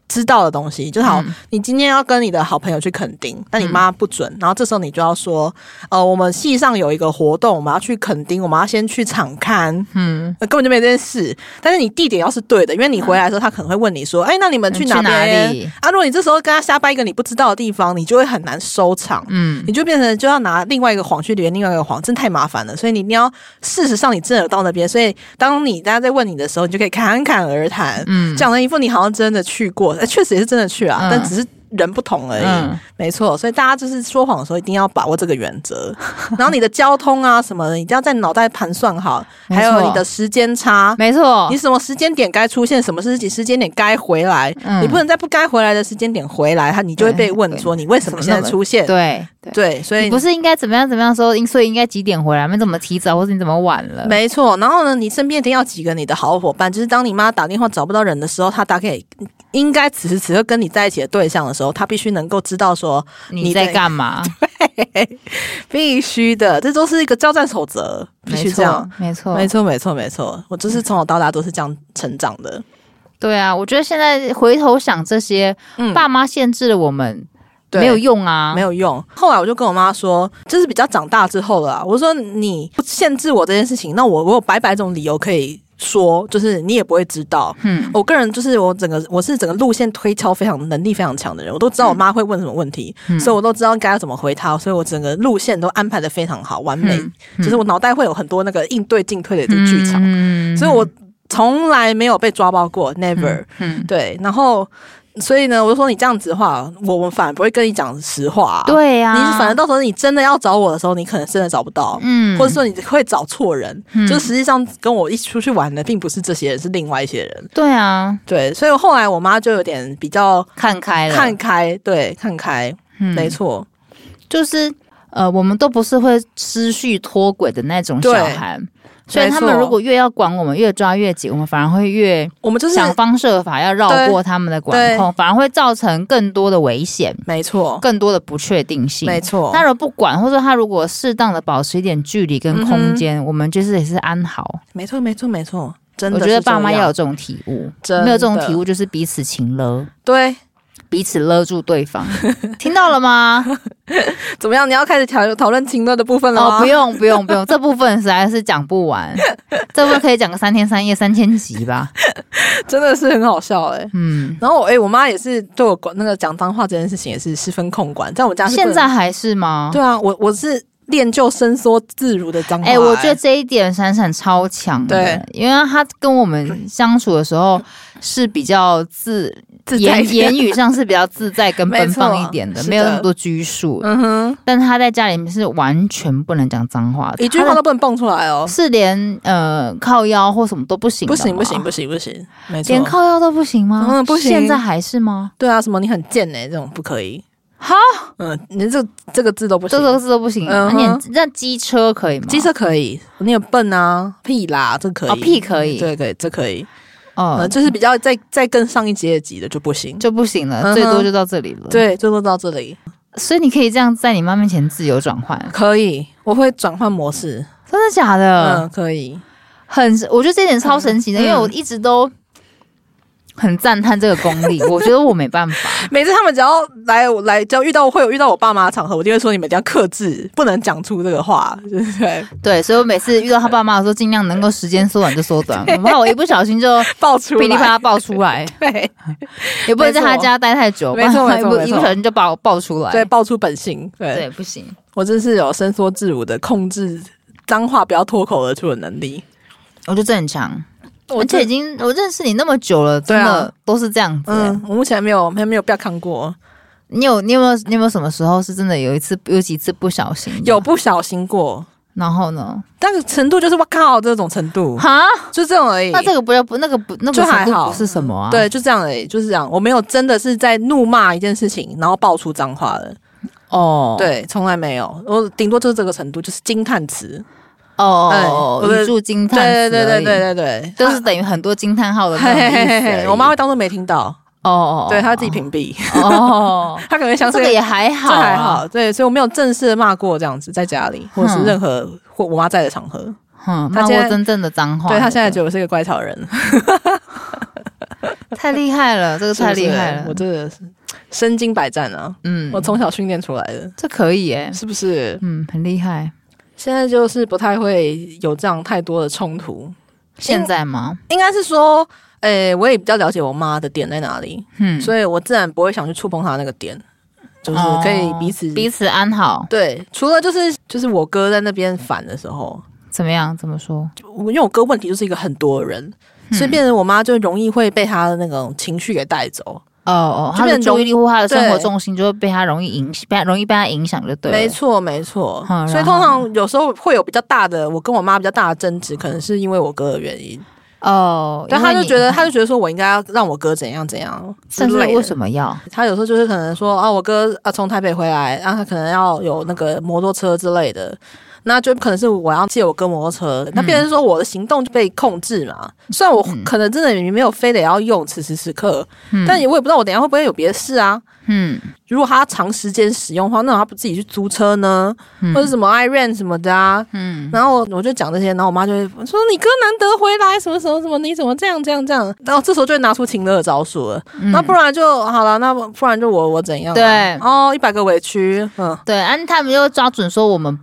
Speaker 1: 知道的东西就好、
Speaker 2: 嗯
Speaker 1: 你今天要跟你的好朋友去垦丁，但你妈不准、然后这时候你就要说，呃，我们系上有一个活动，我们要去垦丁，我们要先去场刊，
Speaker 2: 嗯，
Speaker 1: 呃根本就没这件事。但是你地点要是对的，因为你回来的时候，他可能会问你说，哎、那你们去哪
Speaker 2: 嗯去哪
Speaker 1: 边
Speaker 2: 里
Speaker 1: 啊？如果你这时候跟他瞎掰一个你不知道的地方，你就会很难收场。
Speaker 2: 嗯，
Speaker 1: 你就变成就要拿另外一个谎去圆另外一个谎，真太麻烦了。所以你一定要事实上你真的有到那边，所以当你大家在问你的时候，你就可以侃侃而谈，
Speaker 2: 嗯
Speaker 1: 哎讲了一副你好像真的去过，呃确、实也是真的去啊，
Speaker 2: 嗯
Speaker 1: 但只是人不同而已。
Speaker 2: 嗯
Speaker 1: 没错，所以大家就是说谎的时候一定要把握这个原 则。然后你的交通啊什么的，你一定要在脑袋盘算好，
Speaker 2: 没
Speaker 1: 还有
Speaker 2: 错
Speaker 1: 你的时间差。
Speaker 2: 没错
Speaker 1: 你，什么时间点该出现，什么时时间点该回来，
Speaker 2: 嗯
Speaker 1: 你不能在不该回来的时间点回来，他你就会被问说你为什么现在出现？
Speaker 2: 对对，
Speaker 1: 对，所以
Speaker 2: 你不是应该怎么样怎么样的时候，应所以应该几点回来？你怎么提早，或者你怎么晚了？
Speaker 1: 没错。然后呢，你身边一定要几个你的好伙伴，就是当你妈打电话找不到人的时候，她打给应该此时此刻跟你在一起的对象的时候，她必须能够知道说
Speaker 2: 你在干嘛？
Speaker 1: 必须的，这都是一个交战守则， 必须这样。
Speaker 2: 没错，嗯
Speaker 1: 没
Speaker 2: 没错，
Speaker 1: 错，没错，没错，我就是从小到大都是这样成长的。
Speaker 2: 对啊。我觉得现在回头想这些，
Speaker 1: 嗯
Speaker 2: 爸妈限制了我们，
Speaker 1: 对
Speaker 2: 没有用啊，
Speaker 1: 没
Speaker 2: 有。
Speaker 1: 有用。后来我就跟我妈说，就是比较长大之后了啊，我说你不限制我这件事情，那我我有百百种理由可以说，就是你也不会知道。
Speaker 2: 嗯，
Speaker 1: 我个人就是我整个我是整个路线推敲非常能力非常强的人，我都知道我妈会问什么问题，
Speaker 2: 嗯
Speaker 1: 所以我都知道该要怎么回她，所以我整个路线都安排的非常好完美，
Speaker 2: 嗯
Speaker 1: 就是我脑袋会有很多那个应对进退的这个剧场，
Speaker 2: 嗯
Speaker 1: 所以我从来没有被抓包过，never。
Speaker 2: 嗯，
Speaker 1: 对，然后所以呢，我就说你这样子的话，我们反而不会跟你讲实话、啊。、
Speaker 2: 对呀、
Speaker 1: 你反正到时候你真的要找我的时候，你可能真的找不到。
Speaker 2: 嗯，
Speaker 1: 或者说你会找错人，
Speaker 2: 嗯
Speaker 1: 就实际上跟我一起出去玩的并不是这些人，是另外一些人。
Speaker 2: 对啊，
Speaker 1: 对，所以后来我妈就有点比较
Speaker 2: 看开了，
Speaker 1: 看开，对，看开，
Speaker 2: 嗯
Speaker 1: 没错，
Speaker 2: 就是呃，我们都不是会失序脱轨的那种小
Speaker 1: 对
Speaker 2: 孩，所以他
Speaker 1: 没
Speaker 2: 们
Speaker 1: 错
Speaker 2: 如果越要管我们，越抓越紧，我们反而会越
Speaker 1: 我们就是
Speaker 2: 想方设法要绕过他们的管控，反而会造成更多的危险，
Speaker 1: 没错，
Speaker 2: 更多的不确定性。
Speaker 1: 没错，
Speaker 2: 他如果不管，或者他如果适当的保持一点距离跟空间，我们就是也是安好。
Speaker 1: 没错，没错，没错，嗯真
Speaker 2: 我
Speaker 1: 的是
Speaker 2: 觉
Speaker 1: 这样，
Speaker 2: 得爸妈要有这种体悟，
Speaker 1: 真的
Speaker 2: 没有这种体悟就是彼此情勒，
Speaker 1: 对，
Speaker 2: 彼此勒住对方， 听到了吗？
Speaker 1: 怎么样？你要开始讨讨论情乐的部分了吗？
Speaker 2: 哦，不用不用不用，这部分实在是讲不完，这部分可以讲个三天三夜、三千集吧。
Speaker 1: 真的是很好笑哎、
Speaker 2: 嗯，
Speaker 1: 然后我哎、我妈也是对我管那个讲脏话这件事情也是十分控管，在我们家是不能
Speaker 2: 现在还是吗？
Speaker 1: 对啊，我我是练就伸缩自如的脏话、
Speaker 2: 哎、我觉得这一点闪闪超强的，
Speaker 1: 对，
Speaker 2: 因为他跟我们相处的 时候是比较自
Speaker 1: 自在一
Speaker 2: 言
Speaker 1: 点
Speaker 2: 言语上是比较自在跟奔放一点的，
Speaker 1: 没错
Speaker 2: 没有
Speaker 1: 是的
Speaker 2: 那么多拘束。
Speaker 1: 嗯哼，
Speaker 2: 但他在家里面是完全不能讲脏话的，
Speaker 1: 一句话都不能蹦出来
Speaker 2: 他
Speaker 1: 哦，
Speaker 2: 是连呃靠腰或什么都不行的
Speaker 1: 不
Speaker 2: 吗，
Speaker 1: 行不行不行不行，没错
Speaker 2: 连。靠腰都不行吗？
Speaker 1: 嗯不行
Speaker 2: 现在还是吗？
Speaker 1: 对啊，什么你很贱哎、这种不可以。
Speaker 2: 好，
Speaker 1: 嗯，你这这个字都不
Speaker 2: 这
Speaker 1: 行。
Speaker 2: 个字都不行。
Speaker 1: 嗯
Speaker 2: 那
Speaker 1: 哼
Speaker 2: 你那机车可以吗？
Speaker 1: 机车可以，你有笨啊，屁啦，这可以。
Speaker 2: 哦屁可以
Speaker 1: 对，可以，这可以。
Speaker 2: 哦
Speaker 1: 嗯，就是比较再再更上一阶级的就不行。
Speaker 2: 就不行
Speaker 1: 嗯
Speaker 2: 了，
Speaker 1: 哼
Speaker 2: 最多就到这里了。，
Speaker 1: 对，最多到这里。
Speaker 2: 所以你可以这样在你妈面前自由转换，
Speaker 1: 可以，我会转换模式。
Speaker 2: 真的假的？
Speaker 1: 嗯，可以。
Speaker 2: 很，我觉得这点超神奇的，
Speaker 1: 嗯
Speaker 2: 因为我一直都很赞叹这个功 力，我觉得我没办法。
Speaker 1: 每次他们只要来我来，只要遇到会有遇到我爸妈的场合，我就会说你们一定要克制，不能讲出这个话，对不 对？
Speaker 2: 对，所以我每次遇到他爸妈的时候，尽量能够时间缩短就缩 短，我怕我一不小心就
Speaker 1: 爆出来
Speaker 2: 噼里啪啦爆出来，
Speaker 1: 对
Speaker 2: 也不能在他家待太久，
Speaker 1: 没错
Speaker 2: 不然
Speaker 1: 没错
Speaker 2: 一不
Speaker 1: 没错
Speaker 2: 一不小心就爆爆出来。
Speaker 1: 对，爆出本性。对
Speaker 2: 对，不行，
Speaker 1: 我真是有伸缩自如的控制脏话不要脱口而出的能力。
Speaker 2: 我就正常。
Speaker 1: 我
Speaker 2: 而且
Speaker 1: 这
Speaker 2: 已经我认识你那么久了，
Speaker 1: 对
Speaker 2: 真
Speaker 1: 啊
Speaker 2: 的都是这样子、
Speaker 1: 嗯，我目前还没有还没有不要看
Speaker 2: 嗯
Speaker 1: 过，
Speaker 2: 你有你有没有你有没有什么时候是真的有一次有几次不小心？
Speaker 1: 有，不小心过，
Speaker 2: 然后呢？
Speaker 1: 那个程度就是我靠这种程 度，
Speaker 2: 哈，
Speaker 1: 就这种而已。
Speaker 2: 那这个不要不那个不那个
Speaker 1: 哎就还
Speaker 2: 程度
Speaker 1: 好
Speaker 2: 不是什么啊？，
Speaker 1: 对，就这样而已，就是这样。我没有真的是在怒骂一件事情，然后爆出脏话的，
Speaker 2: 哦，
Speaker 1: 对，从来没有。我顶多就是这个程度，就是惊叹词。
Speaker 2: 哦哦，
Speaker 1: 哎对我的
Speaker 2: 语助惊叹
Speaker 1: 对对
Speaker 2: 词
Speaker 1: 对对
Speaker 2: 而已
Speaker 1: 对对对，
Speaker 2: 就是等于很多惊叹号的
Speaker 1: 嘿嘿
Speaker 2: 那种意
Speaker 1: 嘿
Speaker 2: 思而
Speaker 1: 嘿，
Speaker 2: 已。
Speaker 1: 我妈会当做没听到，
Speaker 2: 哦哦，
Speaker 1: 对她自己屏蔽，
Speaker 2: 哦，
Speaker 1: 她可能想
Speaker 2: 这
Speaker 1: 这
Speaker 2: 个
Speaker 1: 个
Speaker 2: 也还好，啊
Speaker 1: 这还好，，对，所以我没有正式的骂过这样子，在家里或者是
Speaker 2: 嗯
Speaker 1: 任何或我妈在的场合，
Speaker 2: 嗯，
Speaker 1: 她
Speaker 2: 骂
Speaker 1: 现在
Speaker 2: 过真正的脏话，
Speaker 1: 对她现在觉得我是一个乖巧人，
Speaker 2: 太厉害了，这个太厉害
Speaker 1: 是不是我
Speaker 2: 了，
Speaker 1: 真的是身经百战啊，
Speaker 2: 嗯，
Speaker 1: 我从小训练出来的，
Speaker 2: 这可以耶，
Speaker 1: 是不是？
Speaker 2: 嗯，很厉害。
Speaker 1: 现在就是不太会有这样太多的冲突，
Speaker 2: 现在吗？
Speaker 1: 应该是说，诶、我也比较了解我妈的点在哪里，
Speaker 2: 嗯，
Speaker 1: 所以我自然不会想去触碰她那个点，就是可以彼此、
Speaker 2: 哦彼此安好，
Speaker 1: 对，除了就是就是我哥在那边烦的时候，
Speaker 2: 怎么样？怎么说？
Speaker 1: 就我因为我哥问题就是一个很多的人，所以变成我妈就容易会被他的那种情绪给带走。
Speaker 2: 哦哦，他
Speaker 1: 就变
Speaker 2: 的
Speaker 1: 成
Speaker 2: 注意力或他的生活
Speaker 1: 对
Speaker 2: 重心就会被他容易影响，被他容易被他影响就对了。
Speaker 1: 没错，没错
Speaker 2: 嗯。
Speaker 1: 所以
Speaker 2: 然
Speaker 1: 通
Speaker 2: 后
Speaker 1: 常有时候会有比较大的，我跟我妈比较大的争执，可能是因为我哥的原因。
Speaker 2: 哦，
Speaker 1: 但他就觉得，他
Speaker 2: 就
Speaker 1: 就觉得说我应该要让我哥怎样怎样之
Speaker 2: 但是
Speaker 1: 类
Speaker 2: 为
Speaker 1: 的。
Speaker 2: 什么要？
Speaker 1: 他有时候就是可能说啊，我哥啊从台北回来，然、啊、后他可能要有那个摩托车之类的，那就可能是我要借我哥摩托车，
Speaker 2: 嗯
Speaker 1: 那变成说我的行动就被控制嘛。虽然我可能真的也没有非得要用此时此刻，
Speaker 2: 嗯
Speaker 1: 但也我也不知道我等一下会不会有别的事啊。
Speaker 2: 嗯，
Speaker 1: 如果他长时间使用的话，那他不自己去租车呢，
Speaker 2: 嗯
Speaker 1: 或者什么 iRent 什么的啊？
Speaker 2: 嗯
Speaker 1: 然后我就讲这些，然后我妈就会说：“你哥难得回来，什么什么什么，你怎么这样这样这样？”然后这时候就会拿出情乐的招数了。那不然就好了，那不然就我我怎样、啊？
Speaker 2: 嗯对
Speaker 1: 哦，一百个委屈，嗯，
Speaker 2: 对，安他们就抓准说我们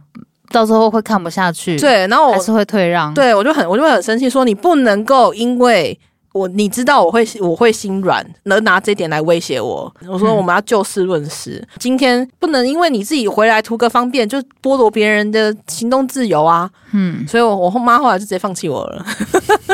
Speaker 2: 到时候会看不下去，，
Speaker 1: 对。然后
Speaker 2: 还
Speaker 1: 我
Speaker 2: 是会退让，，
Speaker 1: 对我就很我就会很生气，说你不能够因为。我你知道我会我会心软，能拿这一点来威胁我。我说
Speaker 2: 嗯
Speaker 1: 我们要就事论事，今天不能因为你自己回来图个方便就剥夺别人的行动自由啊！
Speaker 2: 嗯，
Speaker 1: 所以我我后妈后来就直接放弃我了，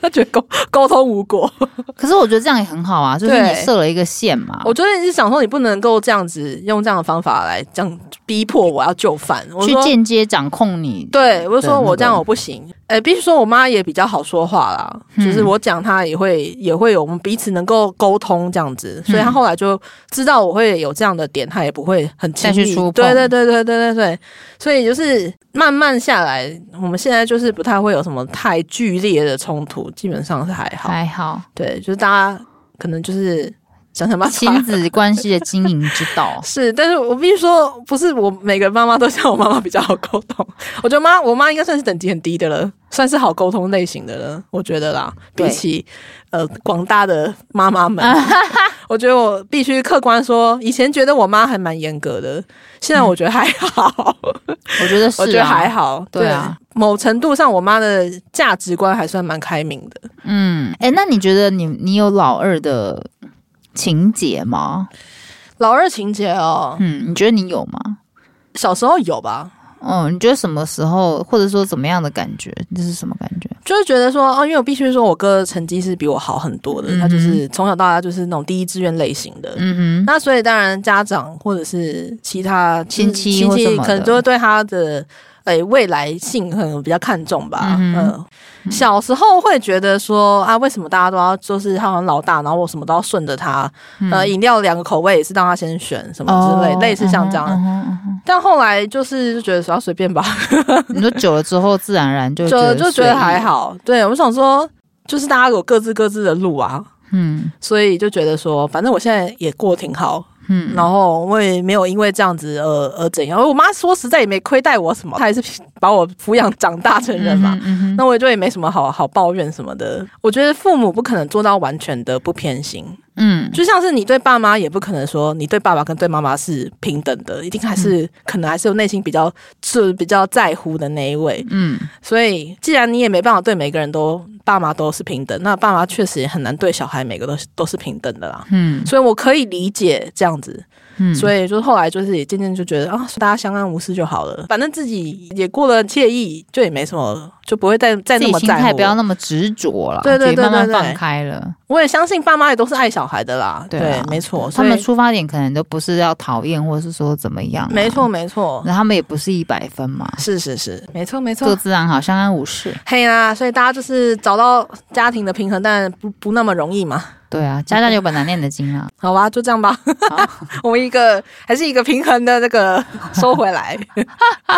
Speaker 1: 她觉得沟沟通无果。
Speaker 2: 可是我觉得这样也很好啊，就是你
Speaker 1: 对
Speaker 2: 设了一个线嘛，
Speaker 1: 我昨天是想说，你不能够这样子用这样的方法来这样逼迫我要就范。我
Speaker 2: 去
Speaker 1: 说
Speaker 2: 间接掌控你，
Speaker 1: 对，我就
Speaker 2: 的
Speaker 1: 说
Speaker 2: 那
Speaker 1: 我这样
Speaker 2: 个
Speaker 1: 我不行。哎、必须说我妈也比较好说话啦，
Speaker 2: 嗯
Speaker 1: 就是我讲她也会也会有我们彼此能够沟通这样子，所以她
Speaker 2: 嗯
Speaker 1: 后来就知道我会有这样的点，她也不会很轻
Speaker 2: 再去
Speaker 1: 易
Speaker 2: 触碰
Speaker 1: 对对对对对对对，所以就是慢慢下来，我们现在就是不太会有什么太剧烈的冲突，基本上是还好。
Speaker 2: 还好，
Speaker 1: 对，就是大家可能就是想想办法。。
Speaker 2: 亲子关系的经营之道
Speaker 1: 是，但是我必须说，不是我每个妈妈都像我妈妈比较好沟通。 我觉得妈，我妈应该算是等级很低的了，算是好沟通类型的了，我觉得啦。比
Speaker 2: 对
Speaker 1: 起呃广大的妈妈们，我觉得我必须客观说，以前觉得我妈还蛮严格的，现在我觉得还好，
Speaker 2: 我觉得是、啊，
Speaker 1: 我觉得还好。
Speaker 2: 对啊，
Speaker 1: 某程度上，我妈的价值观还算蛮开明的。
Speaker 2: 嗯，哎、那你觉得你你有老二的情节吗？
Speaker 1: 老二情节哦，
Speaker 2: 嗯，你觉得你有吗？
Speaker 1: 小时候有吧，
Speaker 2: 哦，你觉得什么时候，或者说怎么样的感觉？这是什么感觉？
Speaker 1: 就是觉得说，哦，因为我必须说，我哥成绩是比我好很多的，
Speaker 2: 嗯哼
Speaker 1: 他就是从小到大就是那种第一志愿类型的。
Speaker 2: 嗯哼，
Speaker 1: 那所以当然，家长或者是其他
Speaker 2: 亲戚
Speaker 1: 亲
Speaker 2: 或什
Speaker 1: 戚
Speaker 2: 么的
Speaker 1: 可能就会对他的诶、未来性可能比较看重吧。
Speaker 2: 嗯
Speaker 1: 嗯、
Speaker 2: 哼
Speaker 1: 小时候会觉得说啊，为什么大家都要就是他好像老大，然后我什么都要顺着他。
Speaker 2: 嗯
Speaker 1: 呃，饮料两个口味也是让他先选什么之类，
Speaker 2: 哦
Speaker 1: 类似像这样。
Speaker 2: 嗯哼嗯哼
Speaker 1: 但后来就是就觉得说要啊随便吧，
Speaker 2: 嗯哼你说久了之后，自然而然就
Speaker 1: 就就觉得
Speaker 2: 随意
Speaker 1: 还。好。对，我想说，就是大家有各自各自的路啊，
Speaker 2: 嗯
Speaker 1: 所以就觉得说，反正我现在也过得挺好，
Speaker 2: 嗯，
Speaker 1: 然后我也没有因为这样子而而怎样。我妈说实在也没亏待我什么，她也是把我抚养长大成人嘛。
Speaker 2: 嗯哼，嗯哼
Speaker 1: 那我就也没什么好好抱怨什么的。我觉得父母不可能做到完全的不偏心，
Speaker 2: 嗯
Speaker 1: 就像是你对爸妈也不可能说你对爸爸跟对妈妈是平等的，一定还
Speaker 2: 嗯
Speaker 1: 是、可能还是有内心比较是比较在乎的那一位。
Speaker 2: 嗯
Speaker 1: 所以，既然你也没办法对每个人都爸妈都是平等，那爸妈确实也很难对小孩每个都是都是平等的啦。
Speaker 2: 嗯
Speaker 1: 所以我可以理解这样子，
Speaker 2: 嗯，
Speaker 1: 所以就是后来就是也渐渐就觉得啊，大家相安无事就好了，反正自己也过得很惬意，就也没什么，就不会再再
Speaker 2: 自
Speaker 1: 那
Speaker 2: 己
Speaker 1: 么
Speaker 2: 心
Speaker 1: 在
Speaker 2: 态
Speaker 1: 乎。
Speaker 2: 不要那么执着了，
Speaker 1: 对对
Speaker 2: 自己
Speaker 1: 对
Speaker 2: 慢慢
Speaker 1: 对对
Speaker 2: 放开了。
Speaker 1: 我也相信爸妈也都是爱小孩的啦，
Speaker 2: 对啊
Speaker 1: 没错，
Speaker 2: 他
Speaker 1: 所
Speaker 2: 们
Speaker 1: 以
Speaker 2: 出发点可能都不是要讨厌，或是说怎么样、啊
Speaker 1: 没，错没错，
Speaker 2: 那他们也不是一百分嘛，
Speaker 1: 是是是，没错没错
Speaker 2: 各。自安好，相安无事。
Speaker 1: 嘿啦，所以大家就是找到家庭的平衡，但不不那么容易嘛。
Speaker 2: 对啊，家家有本难念的经 啊。
Speaker 1: 好吧，就这样吧。 我们一个还是一个平衡的那个 收回来。
Speaker 2: 好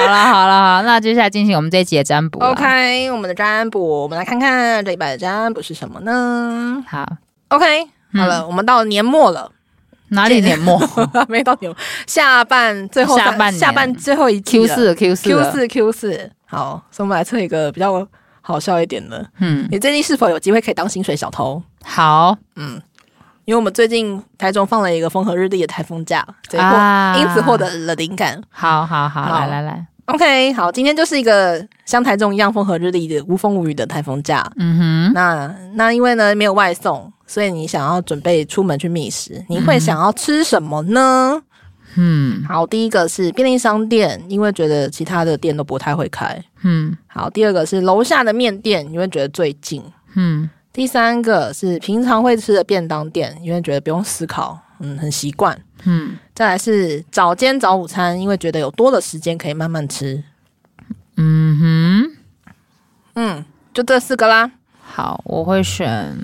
Speaker 2: 啦好啦，好 那接下来进行我们这一集的占卜啦。
Speaker 1: OK，我们的占卜，我们来看看这一拜的占卜是什么呢
Speaker 2: 好，
Speaker 1: ？OK，
Speaker 2: 嗯
Speaker 1: 好了，我们到年末了，
Speaker 2: 哪里年末
Speaker 1: 没到年末，下半最后三
Speaker 2: 下半年
Speaker 1: 下半最后一季
Speaker 2: ？Q
Speaker 1: 了
Speaker 2: 四 Q 四
Speaker 1: Q 四 Q 四，好，所以我们来测一个比较好笑一点的。
Speaker 2: 嗯，
Speaker 1: 你最近是否有机会可以当薪水小偷？
Speaker 2: 好
Speaker 1: 因为我们最近台中放了一个风和日丽的台风假，所以获、
Speaker 2: 啊
Speaker 1: 因此获得了灵感。
Speaker 2: 好好好，
Speaker 1: 好
Speaker 2: 来来来，
Speaker 1: OK，好，今天就是一个像台中一样风和日丽的无风无雨的台风假。
Speaker 2: 嗯哼，
Speaker 1: 那那因为呢没有外送，所以你想要准备出门去觅食，你会想要吃什么呢？
Speaker 2: 嗯
Speaker 1: 好，第一个是便利商店，因为觉得其他的店都不太会开。
Speaker 2: 嗯
Speaker 1: 好，第二个是楼下的面店，因为觉得最近。
Speaker 2: 嗯
Speaker 1: 第三个是平常会吃的便当店，因为觉得不用思考，嗯，很习惯。
Speaker 2: 嗯
Speaker 1: 再来是早间早午餐，因为觉得有多的时间可以慢慢吃。
Speaker 2: 嗯哼，
Speaker 1: 嗯，就这四个啦。
Speaker 2: 好，我会选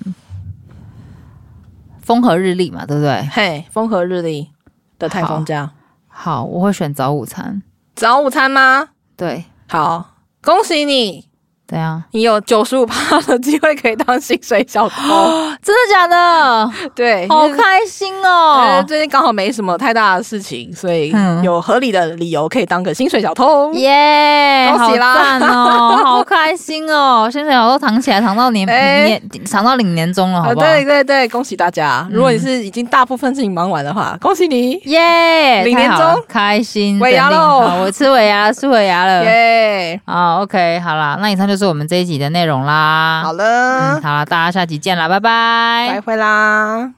Speaker 2: 风和日丽嘛，对不对？
Speaker 1: 嘿，风和日丽的泰丰家
Speaker 2: 好，我会选早午餐。
Speaker 1: 早午餐吗？
Speaker 2: 对，
Speaker 1: 好，恭喜你，
Speaker 2: 对啊，
Speaker 1: 你有九十五趴的机会可以当薪水小 偷。
Speaker 2: 真的假的？
Speaker 1: 对，
Speaker 2: 好
Speaker 1: 因为
Speaker 2: 开心
Speaker 1: 呃
Speaker 2: 哦！
Speaker 1: 最近刚好没什么太大的事情，所以
Speaker 2: 嗯
Speaker 1: 有合理的理由可以当个薪水小偷。
Speaker 2: 耶，
Speaker 1: 恭喜啦
Speaker 2: 好赞 哦，好开心哦！现在我都躺起来，躺到年
Speaker 1: 哎
Speaker 2: 年，躺到领年终了，
Speaker 1: 啊，
Speaker 2: 好不好？
Speaker 1: 对对对，恭喜大家！
Speaker 2: 嗯
Speaker 1: 如果你是已经大部分事情忙完的话，恭喜你，
Speaker 2: 耶，
Speaker 1: 领年终
Speaker 2: 太好了开心，
Speaker 1: 尾牙
Speaker 2: 真的
Speaker 1: 喽
Speaker 2: 好我吃尾牙，吃尾牙
Speaker 1: 呃
Speaker 2: 了。
Speaker 1: 耶！
Speaker 2: 好 o k 好啦，那以上就是我们这一集的内容啦。
Speaker 1: 好
Speaker 2: 嗯，
Speaker 1: 了，
Speaker 2: 好啦，大家下集见啦，拜拜，
Speaker 1: 拜拜啦。